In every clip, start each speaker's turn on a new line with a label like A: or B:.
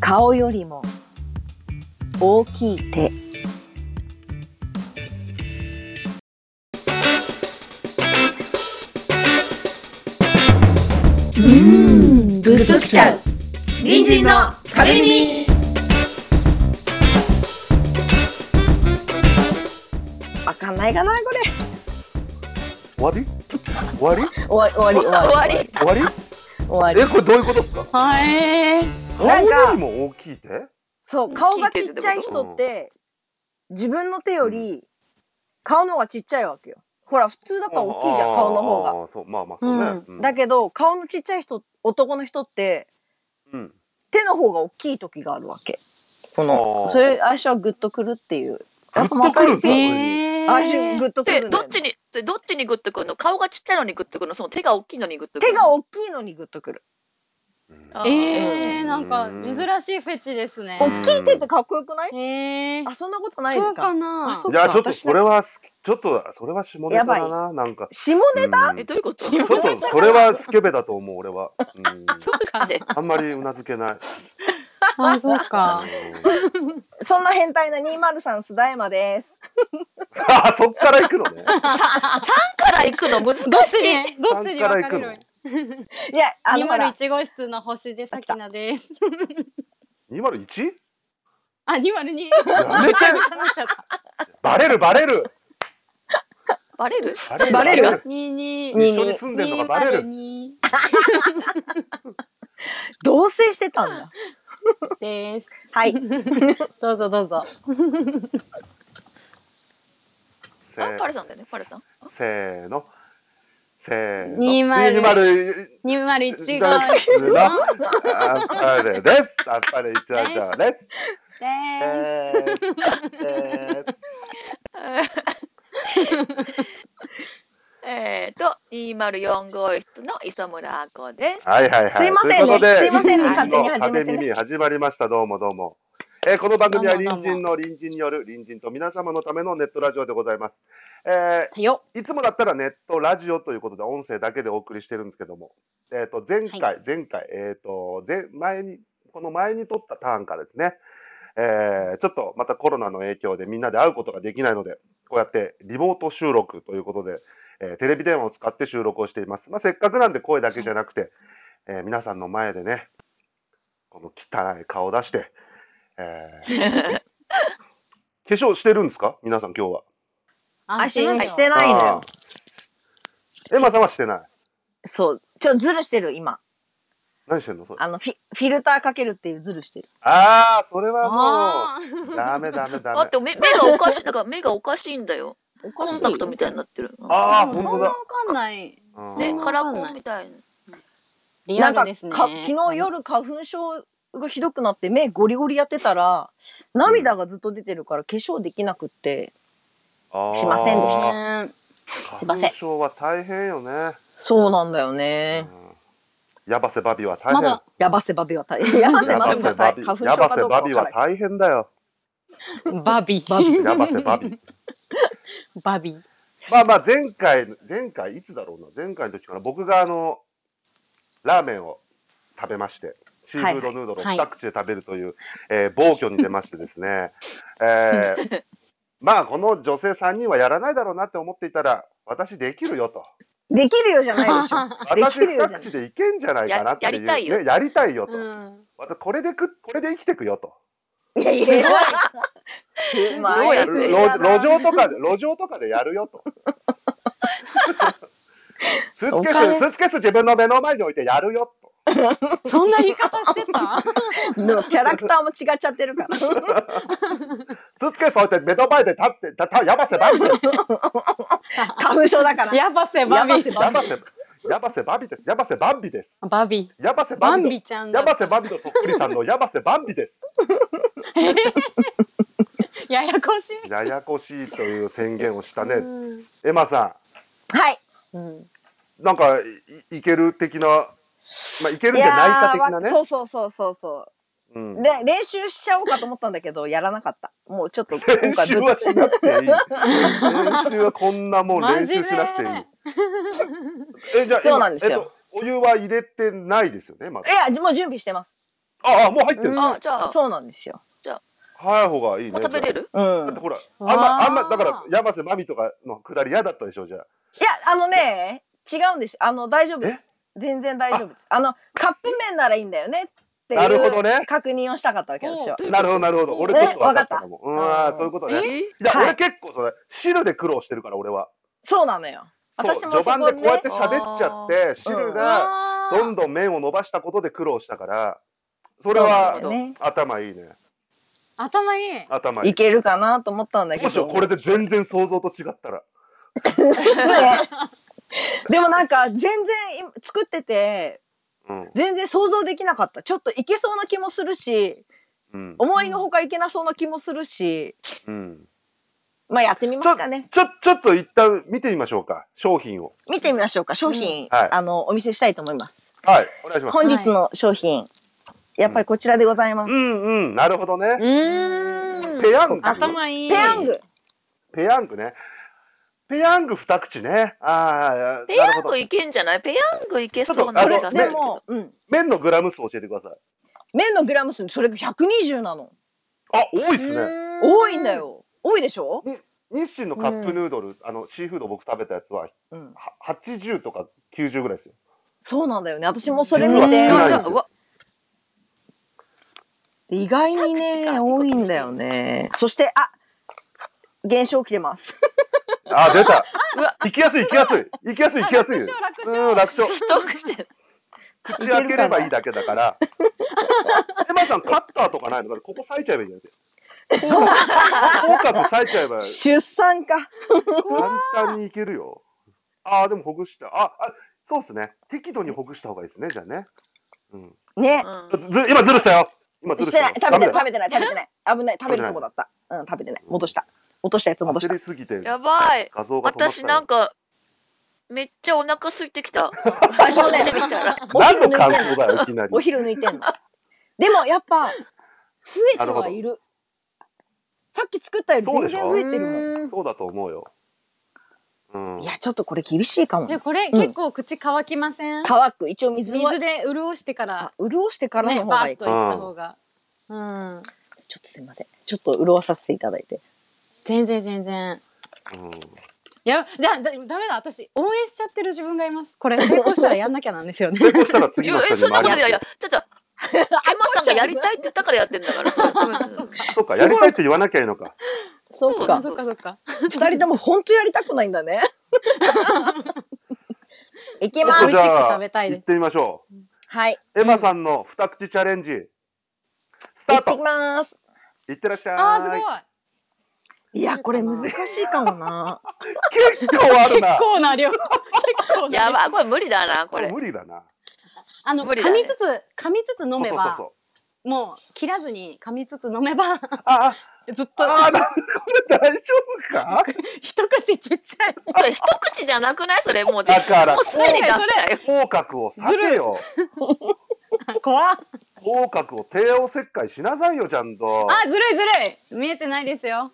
A: 顔よりも大きい手
B: うんグッときちゃう
C: 隣人の壁耳
A: わかんないかなこれ
D: 終わり終わり
A: 終わ終わり終わ
B: 終わり
D: 終わり
A: り終
D: え
A: わ
D: これどういうことですか
B: は
A: な
B: い
A: んか
D: 顔よりも大きい手
A: りそう顔がちっちゃい人って自分の手より顔の方がちっちゃいわけよほら普通だと大きいじゃん顔の方が
D: あーそうまあまあそうね、うん
A: だけど顔のちっちゃい人男の人って
D: うん
A: 手の方が大きい時があるわけこ
D: あー
A: のそれ私はグッとくるっていう
D: グッとくるんですか、
B: えー
A: 私グッとくるんだよね
B: でどっちにでどっちにグッとくるの顔がちっちゃいのにグッとくるのその手が大きいのにグッとくる
A: 手
B: の
A: が大きいのにグッとくる
D: これに
E: え
D: う
E: ー、
D: ん
E: なんか珍しいフェチですね。
D: う
A: 大
D: ん
A: きい手ってかっこよくない
E: えー、
A: あそんなことない
E: そう
A: の
E: か
A: か
E: な。
A: あそ
D: い
A: そっ
D: や
A: か
D: ちょっと
A: 私
D: それはすちょっとそれは下ネタだななんか
A: 下ネタ
D: タ、うん
B: え
D: ち
B: どういうこと
D: ょっとそれはスケベだと思う俺は、うん、
B: そうかね
D: あんまりうなずけない、
E: あ、そう か。
D: うん
A: そんな変態な203須田山です
D: あそっから行くの ね
B: 3から行くの難しい
E: どっちに、どっちに分かれ
D: 三
E: る。
A: いやあ
E: 二
A: のほ
E: 丸
A: ら
E: 一号室の星でさきなです。
D: から行くの 201?
E: あ、二丸二。
D: やめてバレるバレる
B: バレる
A: バレ る
E: 二二。
A: 二
D: 一緒に住んでるのがバレる
E: 二
A: 同棲してたん だ
E: です。
A: はい
E: どうぞどうぞ。
D: せ
B: あ
D: ー
B: パルさんだよねパルさん
D: せーのせーの
E: 201
D: 201
E: 二丸一
D: 一
E: 号
D: 号
E: 室
D: 室のあっぱれです。あっぱれ一応です。
E: です。
D: えー
B: えーと204号室の磯村あこです
D: はいはいはい。
A: すいませんね
D: とうことです
A: いません
B: ね
D: 隣人の
A: 勝手に始めてね
D: 壁耳始まりました。どうもどうも。えーこの番組は
E: どうもどうも
D: 隣人の隣人による隣人と皆様のためのネットラジオでございます。え
E: よ。
D: ーいつもだったらネットラジオということで音声だけでお送りしてるんですけども、えっ、と前回、
E: は
D: 前回えっ、と前前にこの前に撮ったターンからですね、えーちょっとまたコロナの影響でみんなで会うことができないので、こうやってリモート収録ということで、えーテレビ電話を使って収録をしています。まあ、せっかくなんで声だけじゃなくて、えー皆さんの前でね、この汚い顔を出して、えー化粧してるんですか皆さん今日は。
E: 安
A: 足
E: 心
A: にしてないの
D: あ
A: よ
D: ーエマさんはしてない。
A: そうちょズルしてる今
D: 何してんのそれ。
A: あのフィフィルターかけるっていうズルしてる
D: ああ、それは
E: あ
D: もう、ダメダメダ
B: だっ
D: メ。
B: て目目がおかしいだから目がおかしいんだよ
A: おか
B: コ
A: し
B: ン
A: い
B: タクトみたいになってる
D: ああ、
E: ー。でもそ
D: 本当
E: んな
D: だ
E: わ。かんない。
D: うん
B: ね
E: そんな
B: カラコンみたいな
E: リ
A: な
E: ア
A: んかか
E: ルですね。
A: 昨日夜花粉症がひどくなって目ゴリゴリやってたら涙がずっと出てるから化粧できなくってしませんでし
D: あ
E: ね。
D: ー
E: すいません
D: 花粉症は大変よね。
A: そうなんだよね
D: うんやばせバビは大
E: ま
D: 変。
E: だ
A: やばせバビは大変やばせ
D: や
A: バ
D: ば
A: ビ
D: せ
A: は
D: バ
A: 大
D: ビ
A: 変花粉
D: や
A: 症
D: ば
A: か
D: せ
A: どうか
D: バ
A: わ
D: ビ
A: から
D: は
A: ない
D: 大変だよ。
E: バビ。バビ。
D: やばせバビ。
E: バビ。
D: まあまあ前回前回いつだろうな前回の時から僕があのラーメンを食べましてシーフードヌードルを
E: はい
D: 二口で食べるという、えー暴挙に出ましてですね、えーまあこの女性3人はやらないだろうなって思っていたら私できるよと
A: できるよじゃないでしょで
D: 私
A: きるよ
D: 二
A: じゃない
D: 口でいけんじゃないかなっていう
B: ややりたいよ
D: ね、やりたいよと、
E: うん。
D: 私これでくこれで生きてくよと
A: いやい
B: すごい
A: やうま
B: どうや
A: い
B: って
D: 路
A: やつやな
D: 路上とかで路上とかでやるよと。スー
A: お
D: ツケ
A: 金
D: ース、スーツケース自分の目の前に置いてやるよと。
E: そんな言い方してた
A: のキャラクターも違っちゃってるから
D: スーツケース置いて目の前で立って、たたやばせばびです。
A: 花粉症だから
E: やばせ、バ
A: やば
E: ビ
A: せ。
D: やばせ、やばせばびです。やばせばんびです。
E: バビ。
D: やばせば
E: バ
D: ん
E: ン
D: び
E: ビ
D: の。
E: ちゃん
D: や
E: だ。
D: ばせばびのそっくりさんの やばせばんびです。
E: ややこしい。
D: ややこしいという宣言をした
E: う
D: ね。
E: ん
D: エマさ
A: はい
E: うん
D: ん、なんかいいける的な、まあいけるん
A: い
D: じゃない
A: やー
D: か的な
A: わ
D: ね。
A: そうそうそうそうそう
D: うん
A: で練習しちゃおうかと思ったんだけ どやらなかったもうちょっと今
D: 練
A: 回
D: 習
A: ぶ
D: は
A: つ
D: しなくていい。練習はこんなもん練習しなくていい
E: 真面。
D: えじゃ あ
A: そうなんですよ。
D: えっとお湯は入れてないですよね、まだ
A: いやもう準備してます
D: ああ、もう入ってる、
A: うん
B: あ、じゃあ、
A: そうなんですよ。
D: 早い方がいいね。
B: もう食べれる
A: うん。い
D: じゃあだって
A: や、
D: ほら、あんま、あんま、
E: わー
D: だから、山瀬まみとかのくだり嫌だったでしょ、じゃあ。
A: あのね、違うんです。あの、大丈夫です。全然大丈夫です。あの、カップ麺ならいいんだよねって
D: なるほど
A: いう
D: ね。
A: 確認をしたかったわけですよ。
D: なるほど、なるほど。俺ちょっと分かったかも。う
A: かった
D: ーん、そういうことね。
B: え
D: いや、
A: はい
D: 俺結構それ、汁で苦労してるから、俺は。
A: そうなのよ。
D: そう
A: 私もそこ
D: 序盤でこうやって喋っちゃって、
A: あー
D: 汁が
E: あ
D: どんどん麺を伸ばしたことで苦労したから、それ
A: そうなん
D: は
A: だよね。
D: 頭いいね。
E: 頭いい。
D: 頭いい
A: い。けるかなと思ったんだけ
D: もしよ
A: ど。
D: うこれで全然想像と違ったら。
A: ねでもなんか全然今作ってて
D: うん。
A: 全然想像できなかったちょっといけそうな気もするし
D: うん。
A: 思いのほかいけなそうな気もするし
D: うん。
A: まあやってみますかね
D: ちょ、ちょっと一旦見てみましょうか。商品を。
A: 見てみましょうか商品、
D: うんはい
A: あのお見せしたいと思います
D: はい、お願いします。
A: 本日の商品、やっぱりこちらでございます、
D: うんうん、なるほどね。
E: うーん。
D: ペヤング。
E: 頭いい。
A: ペヤング
D: ペヤングね。ペヤング二口ね。ああ、
B: ペヤン
D: なる
B: グ
D: ほど
B: いけんじゃないペヤングいけそうな
A: そ
D: ちょ
A: れ
D: っとあの
A: でも、うん、
D: 麺のグラム数教えてください。
A: 麺のグラム数それが120なの
D: あ、多いっ
E: う
D: すね。
E: ーん
A: 多いんだ。よ多いでしょ、
D: 日清のカップヌードル、あのシーフード僕食べたやつは
A: うん、
D: は80とか90ぐらいですよ。
A: そうなんだよね私もそれ見
E: 実は
A: て
E: 少ない
B: じゃあうわ
A: で意外にね
B: タクチカルってこと
A: 多いんだよねそしてあ現象起きてます
D: あ、出た
B: うわ。
D: 行きやすい行きやすい行きやすい行きやすい。
E: 楽勝楽
D: う
E: 勝。
D: ん、楽勝。
B: 太くしてる
D: 口開ければいいだけだから。エマさんカッターとかないのだからここ裂いちゃえばいいんじゃない口角裂いちゃえば
A: 出産か
D: 簡単にいけるよ。ああ、でもほぐした。あ、あ、そうですね。適度にほぐした方がいいですね、じゃあね。うん。
A: ね
B: うん
D: ず今ずるしたよ。今ずる
A: し
D: してた
A: な
D: よ
A: い。食べてない
D: ダ
A: 食
D: メ
A: べてない食べてない危ない食べるとこだったうん食べてない戻した落としたやつ
D: だ
A: 戻し
D: 焦
A: た
D: りすぎて
B: やばい。
D: 画像が止まったよ。
B: 私なんか、めっちゃお腹空いてきた。
A: あそうね
B: 見たら
A: お
D: 何
A: 昼抜いて
D: の
A: ん
D: 感
A: の
D: 想だよ、いきなり
A: お。昼抜いてんのでもやっ ぱ増えてはいるさっき作ったより
D: そう
A: 全
D: でし
A: 然
D: ょ
A: 増えてるもん
E: うーん
D: そうだと思うよ。うん
A: い。やちょっとこれ厳しいかも
E: でもこれ結構口乾きません。
A: 乾く一応水は
E: 水で潤してから。
A: 潤してからの
E: ね、
A: 方
E: バ
A: がいい
E: ーッ
A: か
E: と
A: ち
E: い
D: ね
E: った方が。うん。
A: ょっとすいませんちょっと潤させていただい て
E: 全然全然。
D: うん
E: いや、じゃあ、だ、だめだ、私、応援しちゃってる自分がいます。これ、成功したらやんなきゃなんです よね。
D: 成功したら
B: い
D: 次の
B: や
D: 人
B: え、
D: に
B: そんな
D: 回
B: こと
D: る
B: いやいや、ちょっと、エマさんがやりたいって言ったからやってんだから。
D: そうか、やりたいって言わなきゃいいのか。
A: そっ
E: あ
A: か
E: そっかそっか。
A: 二人とも本当やりたくないんだね。いきま
E: 美
A: す
E: 味。しく食べたい
D: 行
E: で
D: っ
E: す。
D: てみましょ
A: はい。
D: う。エマさんの二口チャレンジ、スタ
A: 行
D: ー
A: ってき
D: ト
A: ます。
D: いってらっしゃい。
E: ああ、すごい。
A: いや、これ難しいかもな。
D: 結構ある
E: 結
D: な。
E: 構な量。結構な
B: や
E: 量。
B: ばい、これ無理だな、こ
D: これ
B: れ。
D: 無理だな。
E: あの、
B: 無理だ
E: 噛
B: ね
E: みつつ、噛みつつ飲めば、
D: そうそう
E: もう切らずに噛みつつ飲めば、
D: そうあ
E: ずっと
D: あ、あーなこれ大丈夫か
E: 一口ちっちゃい。
B: それ一口じゃなくないそれ、もう。
D: だから
B: もうすでに出したよ。
D: 口角を避けよ。
E: 怖っ
D: 口角を帝王切開しなさいよ、ちゃんと。
E: あ、ずるいずるい。見えてないですよ。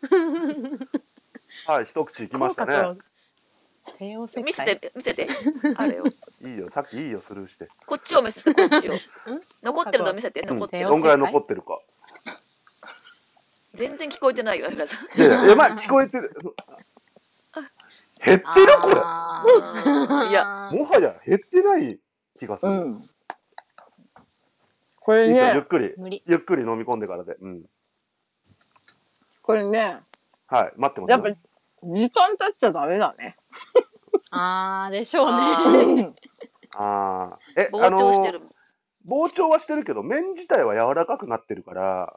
D: はい、一口いきましたね。。
E: 帝王切開
B: 見せて、見せて。あれを。
D: いいよ、さっきいいよ、スルーして。
B: こっちを見せて、こっちを。残ってるの見せて、
D: うん
B: 残
D: ど
B: って
E: 帝
B: る。
E: 王切開
D: んぐらい残ってるか。
B: 全然聞こえてないよ、あれが。
D: いやいや、えまあ、聞こえてる。そう減ってるこれ。
E: あ
B: うん
E: ー
B: いや、
D: もはや減ってない気がす
A: う
D: る。
A: ん。これ
D: いいですよゆっ
A: ね、
D: くり、
E: 無理。
D: ゆっくり飲み込んでからで。うん。
A: これね、
D: はい、待ってます
A: やっ
D: よ。
A: ぱ時間経っちゃダメだね。
E: あー、でしょう
B: あ
E: ね。
D: ああ。え、あ
B: 膨
D: の
B: 張してる。
D: 膨張はしてるけど、麺自体は柔らかくなってるから、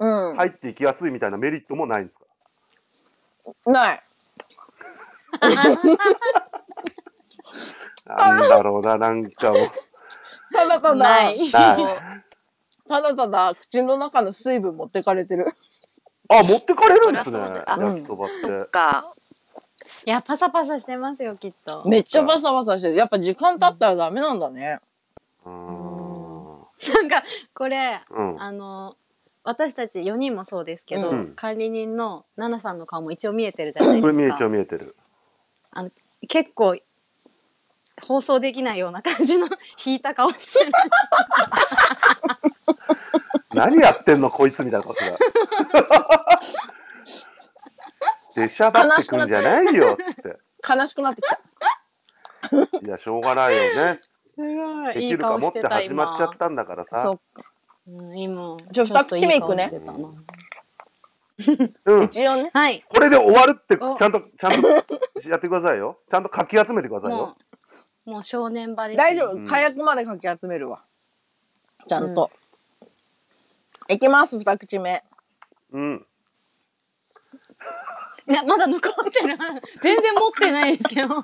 A: うん。
D: 入っていきやすいみたいなメリットもないんですか
A: ない。
D: なんだろうな、なんかもう。
A: ただた
E: な
A: だ、
E: い。
D: はい。
A: ただただ口の中の水分持ってかれてる。
D: あ、持ってかれるんですね。
B: そりゃそうだあ
D: 焼きそばって。
B: そっか。
E: いや、パサパサしてますよ、きっと。
A: めっちゃバサバサしてる。やっぱ時間経ったらダメなんだね。
D: うーん。
E: なんか、これ、
D: うん。
E: あの、私たち4人もそうですけど、
D: うん
E: 管理人の奈々さんの顔も一応見えてるじゃないです
D: こ
E: か。
D: れ見えちゃう見えてる。
E: 結構、 放送できないような感じの引いた顔してる。
D: 何やってんのこいつみたいなことが。出しゃばってくんじゃないよっつっ
A: 悲しくなってきた。
D: て。いや、しょうがないよね。
E: すご
D: で
E: い。い
D: き
E: い
D: るか
E: 顔
D: もっ
E: して
D: て
E: た
D: 始まっちゃ
E: 今
D: っ。たんだから
A: そ
D: さ。
A: うか。
E: うん、今。
A: じゃあ
E: ちょっと
A: 二口目いくね
E: いい顔してたな
D: うん。
A: 一応ね。
E: はい。
D: これで終わるって、ち
E: お
D: ゃんと、ちゃんとやってくださいよ。ちゃんとかき集めてくださいよ
E: も。う。もう正念場です、
A: 大丈
D: う
A: 夫。
D: ん
A: 火薬までかき集めるわ。ちゃんと。いきます、二口目。
D: うん。
E: いや、まだ残って る。全然持ってないですけ ど。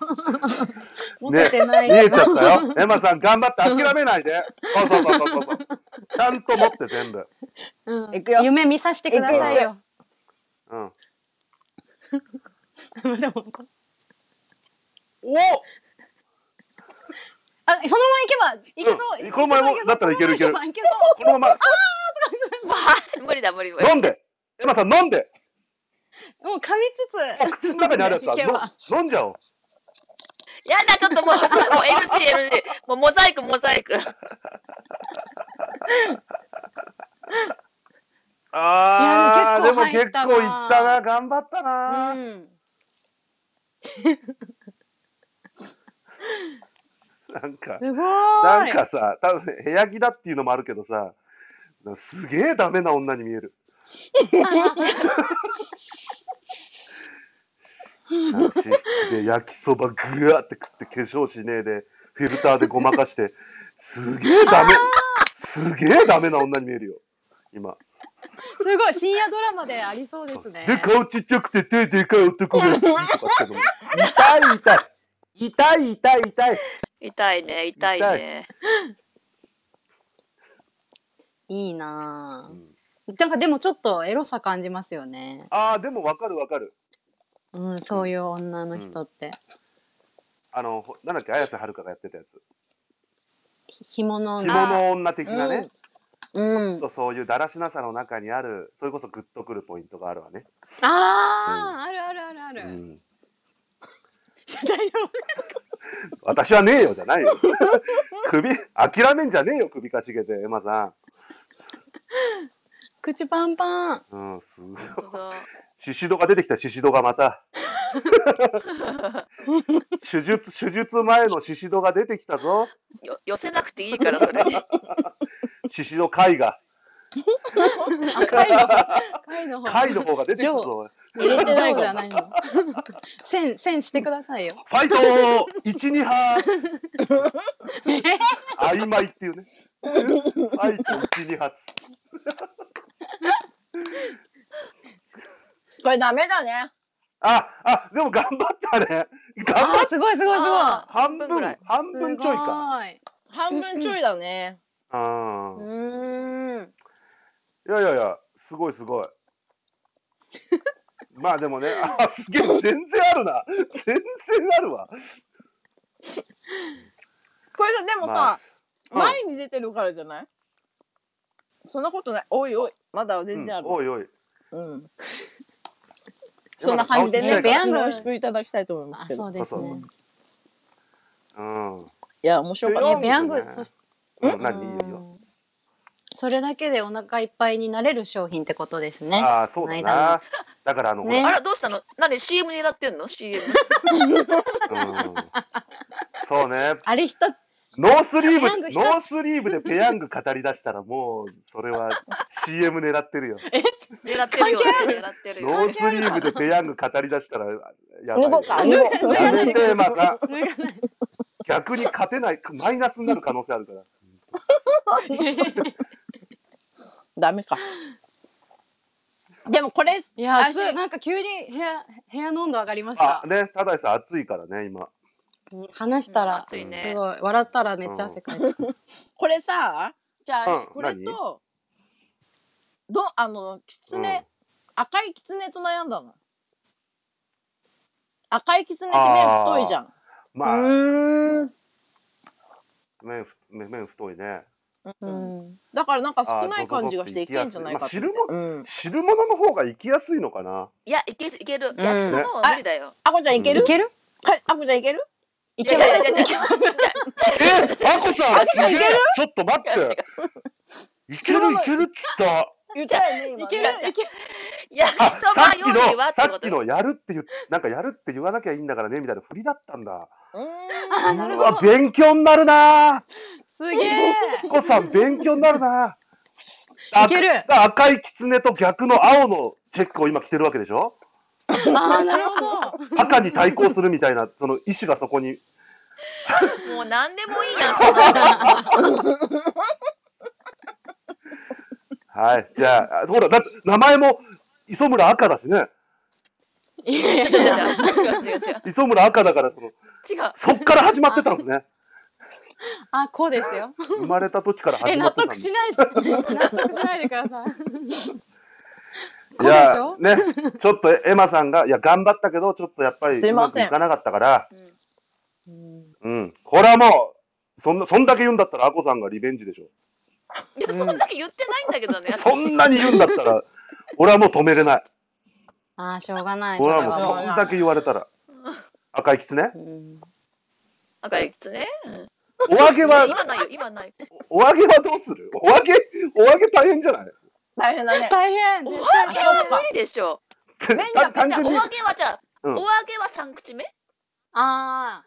E: 持っててない。
D: 見えちゃったよ。エマさん頑張って諦めないで。そうそうそうそうそう。ちゃんと持って全部。
E: うん
A: いくよ
E: 夢見させてくださいよ。
D: うん。
E: でもこ
D: お
E: あ、そのまま行けば、行けそう。
D: うんこのまま
E: 行けそう
D: だったらいけるいけ
E: そ
D: る
E: のまま行けそう
D: このまま
B: わあ無理だ無理無理。
D: 飲んでエマさん飲んで
E: もう噛み
D: もう 口の中にあるやつ
E: いけば
D: は飲ん飲んじゃおう。
B: やだちょっともうもう NG NG もうモザイクモザイク。
D: あー
E: い
D: で
E: やで
D: も
E: も
D: 結
E: 結
D: 構
E: 構
D: い
E: 入
D: っ
E: ったた
D: な
E: な
D: 頑張ったな、
E: つ
D: なんか
E: うん。すご
D: な
E: ー
D: ん
E: い。
D: かさ多分部屋着だっていうのもあるけどさすげえダメな女に見 える写真で焼きそばぐわって食って化粧しねえでフィルターでごまかしてすげえダメすげえダメな女に見えるよ今
E: すごい。深夜ドラマでありそうですね。
D: で顔ちっちゃくて手でかい男が好きとかってのも痛い痛い痛い痛い痛い
B: 痛いね痛 いね。
E: いいなぁ。なんかでもちょっとエロさ感じますよね。
D: ああでもわかるわかる
E: うん、そういう女の人って。
D: あのほなんだっけ綾瀬はるかがやってたやつ
E: ひひもの
D: 着
E: 女。
D: 物女的なね、
E: うん。
D: とそういうだらしなさの中にあるそれこそグッとくるポイントがあるわね、
E: あー、あるあるあるある。
D: うん、
E: 大丈
D: 私はねえよじゃないよ 首諦めんじゃねえよ首かしげてエマさ
E: 夫口パンパン。
D: んうんすごい
B: 本当だ
D: シシドが出てきたシシドがまた手術手術前のシシドが出てきたぞ
B: よ寄せなくていいか らそれに。
D: シシド貝が
E: あ、貝の方。貝の方。
D: 貝の方が出てきたぞ
E: 入れ
A: てないか
E: じゃないの。 線、線してくださ いよ。
D: ファイトー一二波曖昧っていうね。ファイト一二発。
A: これダメだね。
D: あ、あ、でも頑張ったね。頑張
E: あ
D: っ
E: ー、すごいすごいすごい。
B: あ
D: 半
B: 半分ぐら
D: 分
B: い、
D: 半
E: すご
D: 分ちょいか。
E: い。
A: 半分ちょいだね。
D: うん
E: う。ーん。
D: いやいやいや、すごいすごい。まあでもね、あ、すげえ、全然あるな。全然あるわ。
A: これさ、でもさ、
D: まあうん
A: 前に出てるからじゃないそんなことない。おいおい、まだ全然ある
D: う。んおいおい。
A: うん。そんな感じでね、
D: 今の
A: ペ
D: 顔ちっちゃ
A: ヤ
D: い
A: ング
E: から
A: 美味しくいただきたいと思います
E: あ、
A: け
E: そ
A: ど。
E: うですね。
D: うん。うん
A: いや、面白かっ
D: そ
A: た。
D: う
E: え、ペヤング、そし、
D: 何いいよいいよ。
E: うんそれだけでお腹いっぱいになれる商品ってことですね。
D: ああ、そ
E: こ
D: うだ
E: の間
D: な。だからあの、ほら
E: ね
B: あらどうしたの？何 CM 狙ってんの？CM。
D: うんそうね。
E: あれ一つ、
D: ノースリー
E: ペヤング
D: ブ、
E: 一つ
D: ノースリーブでペヤング語り出したら、もう、それは CM 狙ってるよ。
B: 狙ってるよね狙ってるよ
D: ノー
B: ね。
D: スリーブでペヤング語り出したら、やばい
A: 脱ご
D: よ
A: う。か、脱ごう。
D: やめて、エマさん。
E: 脱がない
D: 逆に勝てない、マイナスになる可能性あるから。
A: ダメか。でもこれ、
E: いや、
A: 私
E: 暑いなんか急に部屋、部屋の温度上がりまし
D: あ
E: た、。
D: ね、ただでさん暑いからね、今。
E: うん話したら、
B: 暑いね
E: すごい、笑ったらめっちゃ汗かいて。
A: これさ、じゃあ、
D: うん
A: これと、ど、あの、キツネ、
D: うん
A: 赤いキツネと悩んだの。赤いキツネって目太いじゃん。
E: う
D: まあ、
E: ーん。
D: 麺、麺麺太いね。
A: う
E: うんん。
A: だからなんか少ない感じがしていけんじゃないかって。
D: あそうそうそう
A: うん。
D: 汁物の方が行きやすいのかな。
B: いやいけるいける。
E: うん
B: 焼きそばは無理だよ。
A: あこちゃんいける
E: い？ける。
A: かあこちゃんいける？
E: い
B: い
E: け
B: や
E: る
B: い。やいやいやいや
D: え、あこさん、すげえちょっと待って。いける
A: それ
D: い
A: は
D: けるっつった。
A: 言ったよね今ね
E: いけるいける
B: 焼き
D: あ、
B: そ
D: さ
B: ば
D: っき
B: よりは
D: の、
B: って
D: さ
B: こ
D: っ
B: と
D: きのやるっていう、なんかやるって言わなきゃいいんだからね、みたいな振りだったんだ。
A: うーん
E: あなる
D: う
E: ほど
D: わ、勉強になるな
E: すげえ
D: ー。こさん、勉強になるなー。
E: いける
D: あ赤い狐と逆の青のチェックを今着てるわけでしょ
E: ああなるほど
D: 赤に対抗するみたいな、その意志がそこに。
B: もう何でもいいやんそんなの。
D: はい、じゃあ、あほら、だって名前も磯村赤だしね。
E: いやいや
B: 違う違う違う違う違う違う。
D: 磯村赤だから、その、
B: 違う。
D: そっから始まってたんですね。
E: あこうですよ
D: 生まれた時から
E: え
D: 始ま
E: 納
D: ってたん
E: 得
D: です
E: しないで 納得しないでください
D: い
E: こうでし
D: や
E: ょ
D: ね、ちょっとエマさんが、いや、頑張ったけど、ちょっとやっぱり
A: すいうま
D: まく
A: せん
D: いかなかったから、
A: うん
D: うん、これはもう、そんな、そんだけ言うんだったら、アコさんがリベンジでしょ。
B: いや、そんだけ言ってないんだけどね。
D: そんなに言うんだったら、 俺はもう止めれない。
E: ああしょうがない
D: 俺はもう、
E: それは
D: そ
E: も
D: んだけ言われた ら。赤い狐
E: ううん
B: 赤いつね。
D: お揚げは、
B: 今ないよ、今ない。
D: お揚げはどうするお揚げ、お揚げ大変じゃない
A: 大変だね
E: 大変
B: お揚
E: 絶
B: げ
E: 対
B: は無理でしょ。
A: 麺が
D: 単単
B: じゃあ、
D: 純
B: お
D: に、
B: 揚げはじゃあ、
D: う
B: お
D: ん
B: 揚げは三口目
E: あ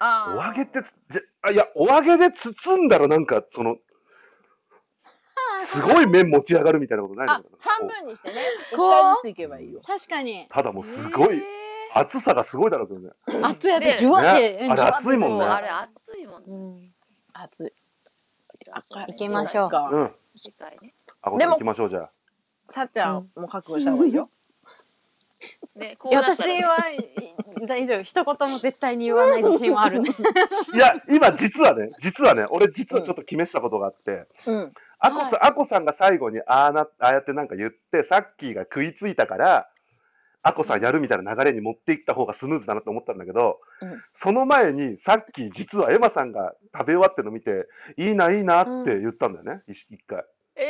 A: あ
D: お
A: ー
D: 揚げってつ、じゃあ、いや、お揚げで包んだらなんか、 その、すごい麺持ち上がるみたいなことないの
A: あ
D: かな
A: 半分にしてね一
E: こう
A: 回ずついけばいいよ
E: 確かに
D: ただもうすごい、厚さがすごいだろうけどね。
E: 熱いや
B: ね
E: つじゅわって
D: ね
E: うんじゅわって
D: あれ熱いもんね
E: そ
B: そう、
E: う
B: あれ熱いもんね。
E: うん
A: 熱い
E: 行きましょう
A: 赤い
D: うん。
B: でかいね。
D: あ、こ
A: で
D: れ
A: も
D: 行きましょう、じゃあ。
A: さっちゃんも覚悟した方がいいよ
B: ね、こ
E: いうや
B: なった
E: 私
B: らね
E: はい大丈夫一言も絶対に言わない自信はあ るんで
D: いや、今実はね、実はね、俺実はちょっと決めてたことがあって、
A: うん
D: アコさん、アコさんが最後にああな、ああやってなんか言って、さっきーが食いついたから、アコさんやるみたいな流れに持っていった方がスムーズだなと思ったんだけど、
A: うん
D: その前にさっき実はエマさんが食べ終わってるの見て、いいな、いいなって言ったんだよね、一一回。
B: え
E: い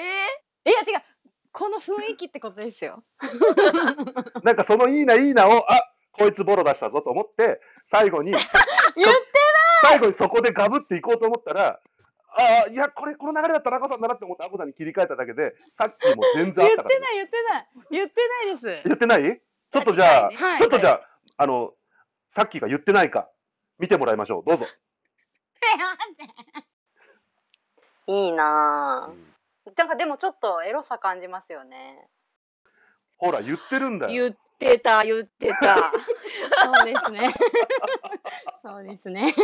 E: や違うこの雰囲気ってことです よ
D: なんかそのいいな、いいなを、あこいつボロ出したぞと思って、最後に、
E: 言って
D: 最後にそこでガブっていこうと思ったら、ああ、いや、これ、この流れだったらアコさんだなって思って、アコさんに切り替えただけで、さっきも全然
E: 言っ
D: あってた
E: な
D: から、
E: い言ってない言ってないです
D: 言ってないちょっとじゃあ、
B: はい
D: ちょっとじゃあ、あの、さっきが言ってないか、見てもらいましょう。どうぞ。
E: いいなぁなんかでもちょっとエロさ感じますよね
D: ほら、言ってるんだ
B: ー、
D: よ。
B: 言ってた、言って た。
E: そうです ねそうです ね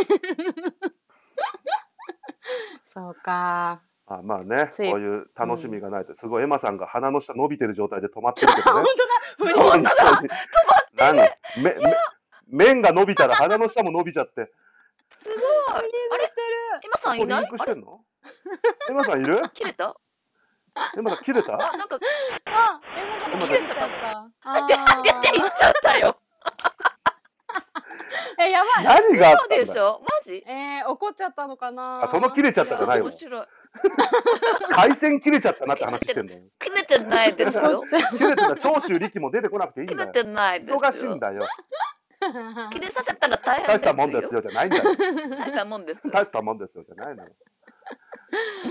E: そうか
D: あまあね、こ
E: つ
D: う
E: い
D: いう楽しみがないと、すごいエマさんが鼻の下伸びてる状態で止まってるけど ね。
E: 本当だ
D: 本当に。なんかめ、め、麺が伸びたら鼻の下も伸びちゃって。
B: すごい。あれ今さんい
D: ここ
B: な
D: リ
B: い
D: ンク
B: あ
D: し
B: れ
D: てんのエマさんいる
B: 切れた
D: エマさん切れた
B: あ、なんか、
E: あ、エモさんが切れちゃったあー
B: 出て行っちゃったよ。
E: え、やばい
D: 何があっ
B: そう
D: たん
B: でし
D: だよ
B: ょマジ
E: えー、怒っちゃったのかな
D: あその切れちゃったじゃないも
B: 面
D: ん。
B: 白い。
D: 回線切れちゃったなって話してんだよ。
B: 切れてないですよ
E: 怒。っちゃっ
D: 切れてた長州力も出てこなくていい
B: 切
D: んだ
B: れ
D: よ。
B: てないですよ。
D: 忙しいんだよ。
E: た
B: 切れさせたら大変
D: 大したもんですよじゃないんだよ。
B: 大したもんですよ。
D: 大したもんですよじゃないのよ。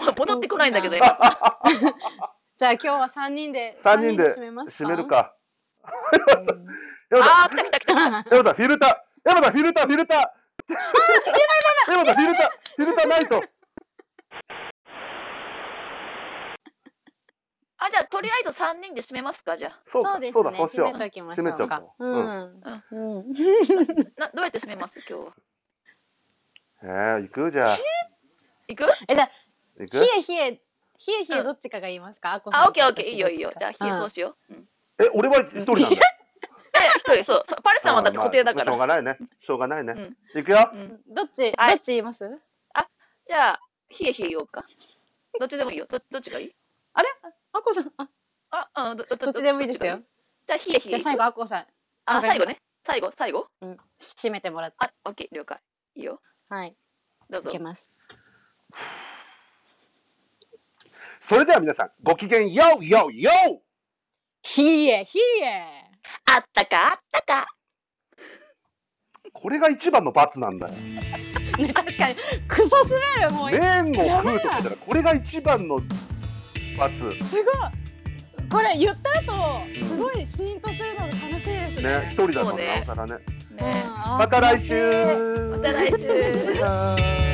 B: もう戻ってこないんだけど、
E: そう
B: 今さ
E: じゃあ今日は三人で
D: 三人で
E: 三締めますか
D: 閉めるか。
A: うん
D: エマさ
B: あー、来た来た来た。
D: ん、エマさんフィルター、エマさんフィルター、フィルター。エマさんフィルター、フィルターないと。
B: あ、じゃあ、とりあえず三人で締めますか、じゃあ。
D: そう
E: そ
D: か
E: うで、す
D: そう
E: ね
D: だ、そうしよ
E: 締め
D: う。
E: ときましょう
D: 締めちゃ
E: か
D: おううん
E: うん、うん、
B: などうやって締めます今日は。
D: えー、行くじゃあ。
B: 行く
E: えじゃあ
D: 行く
E: 冷。え冷え冷え冷えどっちかが言いますか、あこさん
B: あ、オッケーオ
E: と
B: ッケ
E: 私
B: ー、いいよいいよ。じ
E: ど
B: ゃ
E: っ
B: あ、
E: ち
B: ひ
E: か
B: そうしよう。うん、
D: え、俺は一人なんだよ。
B: で、一人、そうそう。パレさんはだって固定だか
D: まあしょう
B: ら。
D: がないね。しょうがないね
B: うん。
D: 行くよ
B: う。ん、
E: うんどっち、
B: はい
E: どっち言います
B: じゃあ、ひえひえ言おうか。どっちでもいいよ。どどっちがいい
E: あこさんあ
B: あ、うん、ど
E: どっちでもいいですよ。
B: じゃあ、ひえひえ。
E: じゃあ最後あこさん、
B: あ、
E: わかりました
B: 最後ね。最後、最後。
E: うん、締めてもらって
B: あ、オッケー、了解。いいよ。
E: はい
B: どう
E: い
B: ぞ
E: け。ます
D: それでは皆さん、ごきげんよう、よう、よう。
E: 冷え冷え
B: あったか、あったか。
D: これが一番の罰なんだよ。
E: ね確かにクソ滑るもう
D: 麺を食うとしたら、これが一番の発。
E: すごいこれ言った後すごいシーンとするのが楽しいですね
D: ね、一人だと
B: そうね
D: なおさらね。
E: うん
B: ね
E: あー
D: また来週
E: 楽しい
B: また来週
D: バイバイ